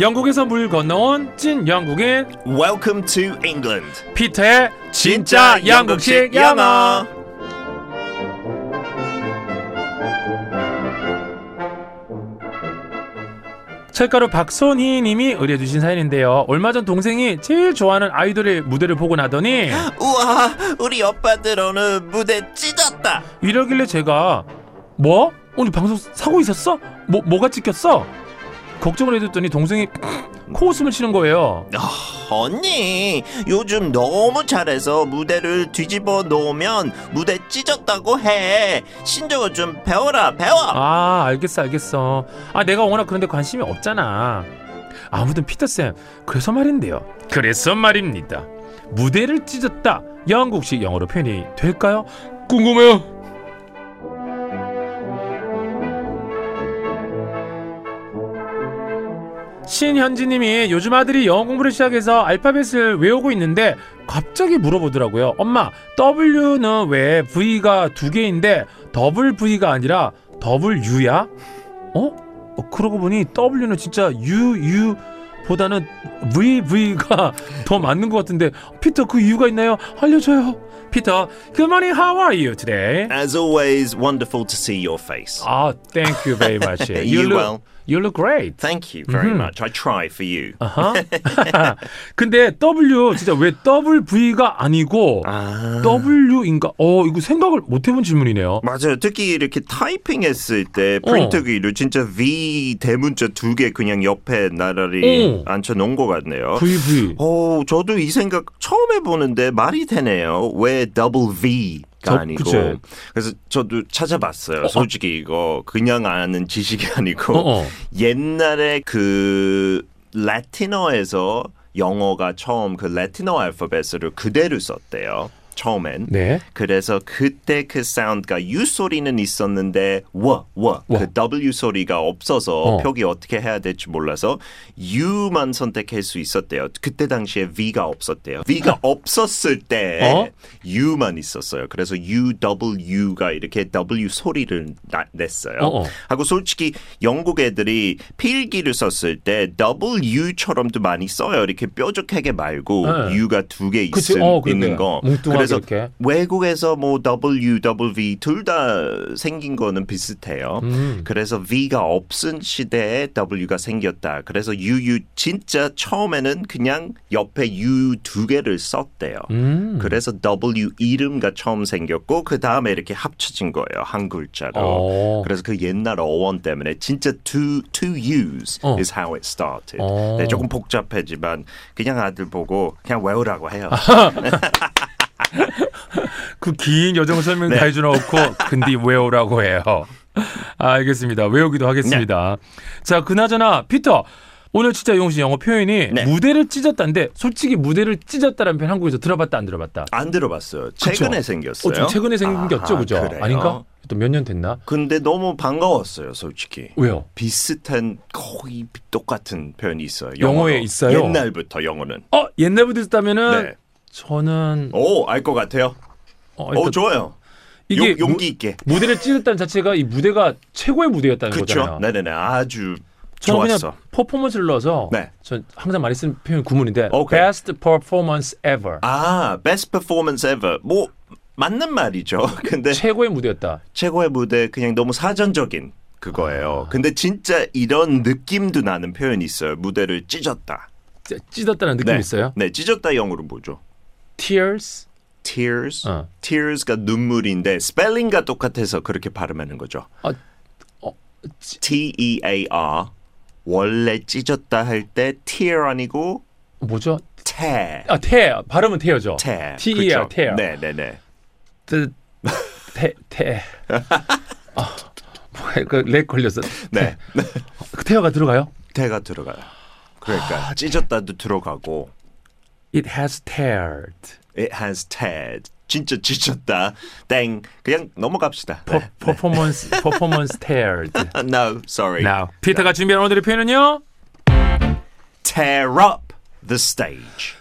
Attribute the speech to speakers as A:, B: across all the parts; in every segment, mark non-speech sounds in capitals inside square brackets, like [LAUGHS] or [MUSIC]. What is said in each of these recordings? A: 영국에서 물 건너온 찐 영국인
B: Welcome to England.
A: 피터의 진짜 영국식 영어. 철가루 박손희 님이 의뢰해주신 사연인데요. 얼마 전 동생이 제일 좋아하는 아이돌의 무대를 보고 [GASPS] 나더니
B: 우와, 우리 오빠들 오늘 무대 찢었다.
A: 이러길래 제가 뭐? 오늘 방송 사고 있었어? 뭐 뭐가 찍혔어? 걱정을 해줬더니 동생이 [SNIFFS] 코웃음을 치는 거예요.
B: 아, 언니, 요즘 너무 잘해서 무대를 뒤집어 놓으면 무대 찢었다고 해. 신조어 좀 배워라, 배워.
A: 아 알겠어 알겠어. 아 내가 워낙 그런데 관심이 없잖아. 아무튼 피터 쌤 그래서 말인데요. 그래서 말입니다. 무대를 찢었다. 영국식 영어로 표현이 될까요? 궁금해요. 신현지님이 요즘 아들이 영어 공부를 시작해서 알파벳을 외우고 있는데 갑자기 물어보더라고요. 엄마, W는 왜 V가 두 개인데 더블 V가 아니라 더블 U야? 어? 어, 그러고 보니 W는 진짜 U U 보다는 V V가 [LAUGHS] 더 맞는 것 같은데 피터 그 이유가 있나요? 알려줘요. 피터, Good morning, how are you today?
B: As always, wonderful to see your face.
A: 아, thank you
B: [LAUGHS]
A: very much.
B: You
A: look,
B: well.
A: you look great.
B: Thank you very
A: Mhm.
B: much. I try for you.
A: 아하. [LAUGHS] 근데 W 진짜 왜 WV가 아니고
B: 아.
A: W인가? 어, 이거 생각을 못 해본 질문이네요.
B: 맞아요. 특히 이렇게 타이핑했을 때
A: 어.
B: 프린트기로 진짜 V 대문자 두 개 그냥 옆에 나란히
A: 어.
B: 앉혀놓은 것 같네요.
A: 그 VV.
B: 오, 저도 이 생각 처음 해보는데 말이 되네요. 왜 더블
A: 저-
B: V가 아니고.
A: 그쵸.
B: 그래서 저도 찾아봤어요.
A: 어.
B: 솔직히 이거 그냥 아는 지식이 [LAUGHS] 아니고
A: 어, 어.
B: 옛날에 그 라틴어에서 영어가 처음 그 라틴어 알파벳을 그대로 썼대요. 처음엔.
A: 네.
B: 그래서 그때 그 사운드가 U 소리는 있었는데 워, 워,
A: 워.
B: 그 W 소리가 없어서
A: 어.
B: 표기 어떻게 해야 될지 몰라서 U만 선택할 수 있었대요. 그때 당시에 V가 없었대요. V가 없었을 때
A: 어?
B: U만 있었어요. 그래서 U, W가 이렇게 W 소리를 나- 냈어요.
A: 어, 어.
B: 하고 솔직히 영국 애들이 필기를 썼을 때 W처럼도 많이 써요. 이렇게 뾰족하게 말고
A: 네.
B: U가 두 개 있
A: 그치?
B: 을
A: 어, 그러게요.
B: 있는 거.
A: 뭉뚱하게
B: 그래서
A: 이렇게.
B: 외국에서 뭐 W, W 둘 다 생긴 거는 비슷해요.
A: 음.
B: 그래서 V가 없은 시대에 W가 생겼다. 그래서 UU 진짜 처음에는 그냥 옆에 U 두 개를 썼대요.
A: 음.
B: 그래서 W 이름과 처음 생겼고 그 다음에 이렇게 합쳐진 거예요 한 글자로.
A: 어.
B: 그래서 그 옛날 어원 때문에 진짜 two two U's
A: 어.
B: is how it started.
A: 어.
B: 네, 조금 복잡하지만 그냥 아들 보고 그냥 외우라고 해요.
A: 그 긴 여정 설명 다
B: 네.
A: 해주놓고
B: [LAUGHS]
A: 근데 외우라고 해요. 아, 알겠습니다. 외우기도 하겠습니다.
B: 네.
A: 자, 그나저나 피터 오늘 진짜 용씨 영어 표현이
B: 네.
A: 무대를 찢었다인데 솔직히 무대를 찢었다라는 표현 한국에서 들어봤다 안 들어봤다.
B: 안 들어봤어요. 최근에 생겼어요.
A: 어, 좀 최근에 생겼죠,
B: 아하,
A: 그죠?
B: 그래요?
A: 아닌가? 또 몇 년 됐나?
B: 근데 너무 반가웠어요, 솔직히.
A: 왜요?
B: 비슷한 거의 똑같은 표현이 있어요.
A: 영어에
B: 영어로.
A: 있어요?
B: 옛날부터 영어는.
A: 어 옛날부터 듣다면은
B: 네.
A: 저는
B: 오, 알 것 같아요.
A: 어, 일단
B: 오, 좋아요.
A: 이게
B: 용- 용기 있게.
A: 무, 네, 무대를 찢었다는 자체가 이 무대가 최고의 무대였다는
B: 그렇죠.
A: 거잖아요.
B: 네네네. 아주
A: 저는
B: 좋았어.
A: 그냥 퍼포먼스를 넣어서
B: 네.
A: 전 항상 많이 쓰는 표현 구문인데
B: 오케이.
A: best performance ever
B: 아, best performance ever. 뭐 맞는 말이죠. [LAUGHS] 근데
A: 최고의 무대였다.
B: 최고의 무대 그냥 너무 사전적인
A: 아.
B: 그거예요. 근데 진짜 이런 느낌도 나는 표현이 있어요. 무대를 찢었다.
A: 찢- 찢었다는 느낌
B: 네.
A: 이 있어요.
B: 네, 찢었다 영어로 뭐죠?
A: Tears
B: tears.
A: 어.
B: tears가 눈물인데 스펠링과 똑같아서 그렇게 발음하는 거죠.
A: 아,
B: T E A R 원래 찢었다 할 때 tear 아니고
A: 뭐죠?
B: tear.
A: 아 tear 발음은 tear죠.
B: tear.
A: T E R
B: 그쵸?
A: tear.
B: 네, 네, 네.
A: 트- 테 테. 아 뭐야 그렉 걸렸어.
B: 네.
A: 그 tear가 들어가요?
B: [LAUGHS] tear가 들어가요.
A: 아, 네.
B: 그러니까 찢었다도 들어가고
A: It has teared.
B: it has teared. 진짜 찢었다. 땡. 그냥 넘어갑시다. 네. 아,
A: 퍼포먼스 퍼포먼스 테어드.
B: No, sorry.
A: Now 피터가 준비한 오늘의 표현은요.
B: Tear up the stage.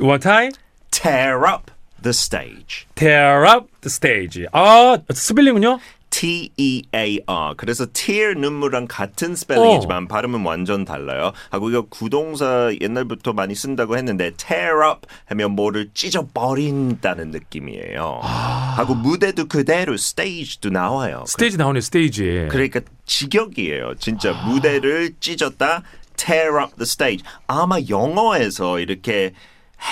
A: One time.
B: Tear up the stage.
A: Tear up the stage. 아 스펠링은요?
B: T E A R. 그래서 tear 눈물랑 같은 스펠링이지만 발음은 완전 달라요. 하고 이거 구동사 옛날부터 많이 쓴다고 했는데 tear up 하면 뭐를 찢어 버린다는 느낌이에요. 하고 무대도 그대로 stage도 나와요.
A: 스테이지 나오네 스테이지.
B: 그러니까 직역이에요. 진짜 무대를 찢었다. Tear up the stage. 아마 영어에서 이렇게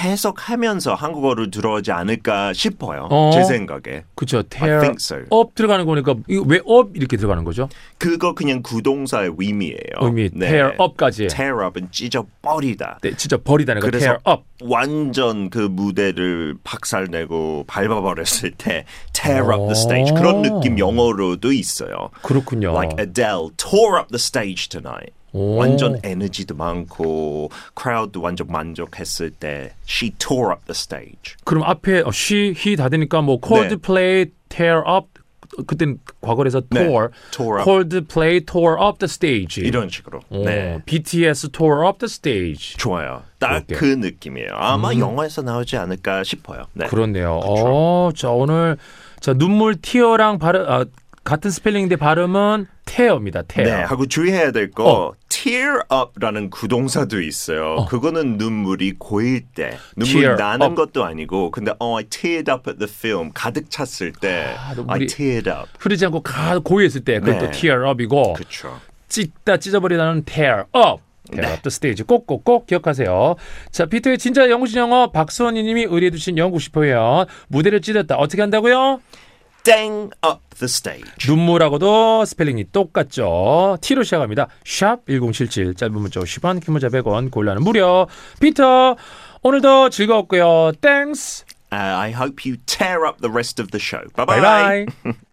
B: 해석하면서 한국어로 들어오지 않을까 싶어요.
A: 어.
B: 제 생각에.
A: 그쵸.
B: I
A: tear
B: think so.
A: up 들어가는 거니까 이거 왜 up 이렇게 들어가는 거죠?
B: 그거 그냥 구동사의 의미예요.
A: 의미 tear up까지.
B: 어, 네. Tear up은 찢어버리다.
A: 네, 진짜 버리다는 거
B: 그래서
A: tear up.
B: 완전 그 무대를 박살내고 밟아버렸을 때 tear up the stage
A: 어.
B: 그런 느낌 영어로도 있어요.
A: 그렇군요.
B: Like Adele tore up the stage tonight.
A: 오.
B: 완전 에너지도 많고 crowd도 완전 만족했을 때 she tore up the stage.
A: 그럼 앞에 어, she, he 다 되니까 뭐
B: 네.
A: Coldplay tear up 그땐 과거에서
B: 네,
A: tore,
B: tore up.
A: Coldplay tore up the stage.
B: 이런 식으로.
A: 예. 오,
B: 네.
A: BTS tore up the stage.
B: 좋아요. 딱
A: 그렇게. 음.
B: 그 느낌이에요. 아마 영화에서 나오지 않을까 싶어요. 네.
A: 그렇네요. 어, 자 오늘 자 눈물 티어랑 발음 아, 같은 스펠링인데 발음은 tear입니다. tear.
B: 네, 하고 주의해야 될 거
A: 어.
B: tear up라는 구동사도 있어요. 그거는 눈물이 고일 때 눈물
A: Tear
B: 나는
A: up.
B: 것도 아니고 근데 oh I teared up at the film 가득 찼을 때 I
A: 아, 눈물이-
B: teared up.
A: 흐르지 않고 가 고요했을 때 그것도
B: 네.
A: tear up이고
B: 그렇죠. 네.
A: 찢다 찢어버리다는 tear up. tear up the stage 꼭꼭꼭 기억하세요. 자, 피터의 진짜 영국식 영어 박수원이 님이 의뢰해 주신 영국식 표현. 무대를 찢었다. 어떻게 한다고요?
B: Dang up the stage.
A: 눈물하고도 스펠링이 똑같죠. T로 시작합니다. 샵1077 짧은 문자 50원, 긴 문자 100원, 곤란은 무료. 피터 오늘도 즐거웠고요. 땡스.
B: Uh, I hope you tear up the rest of the show. Bye bye.
A: 바이바이.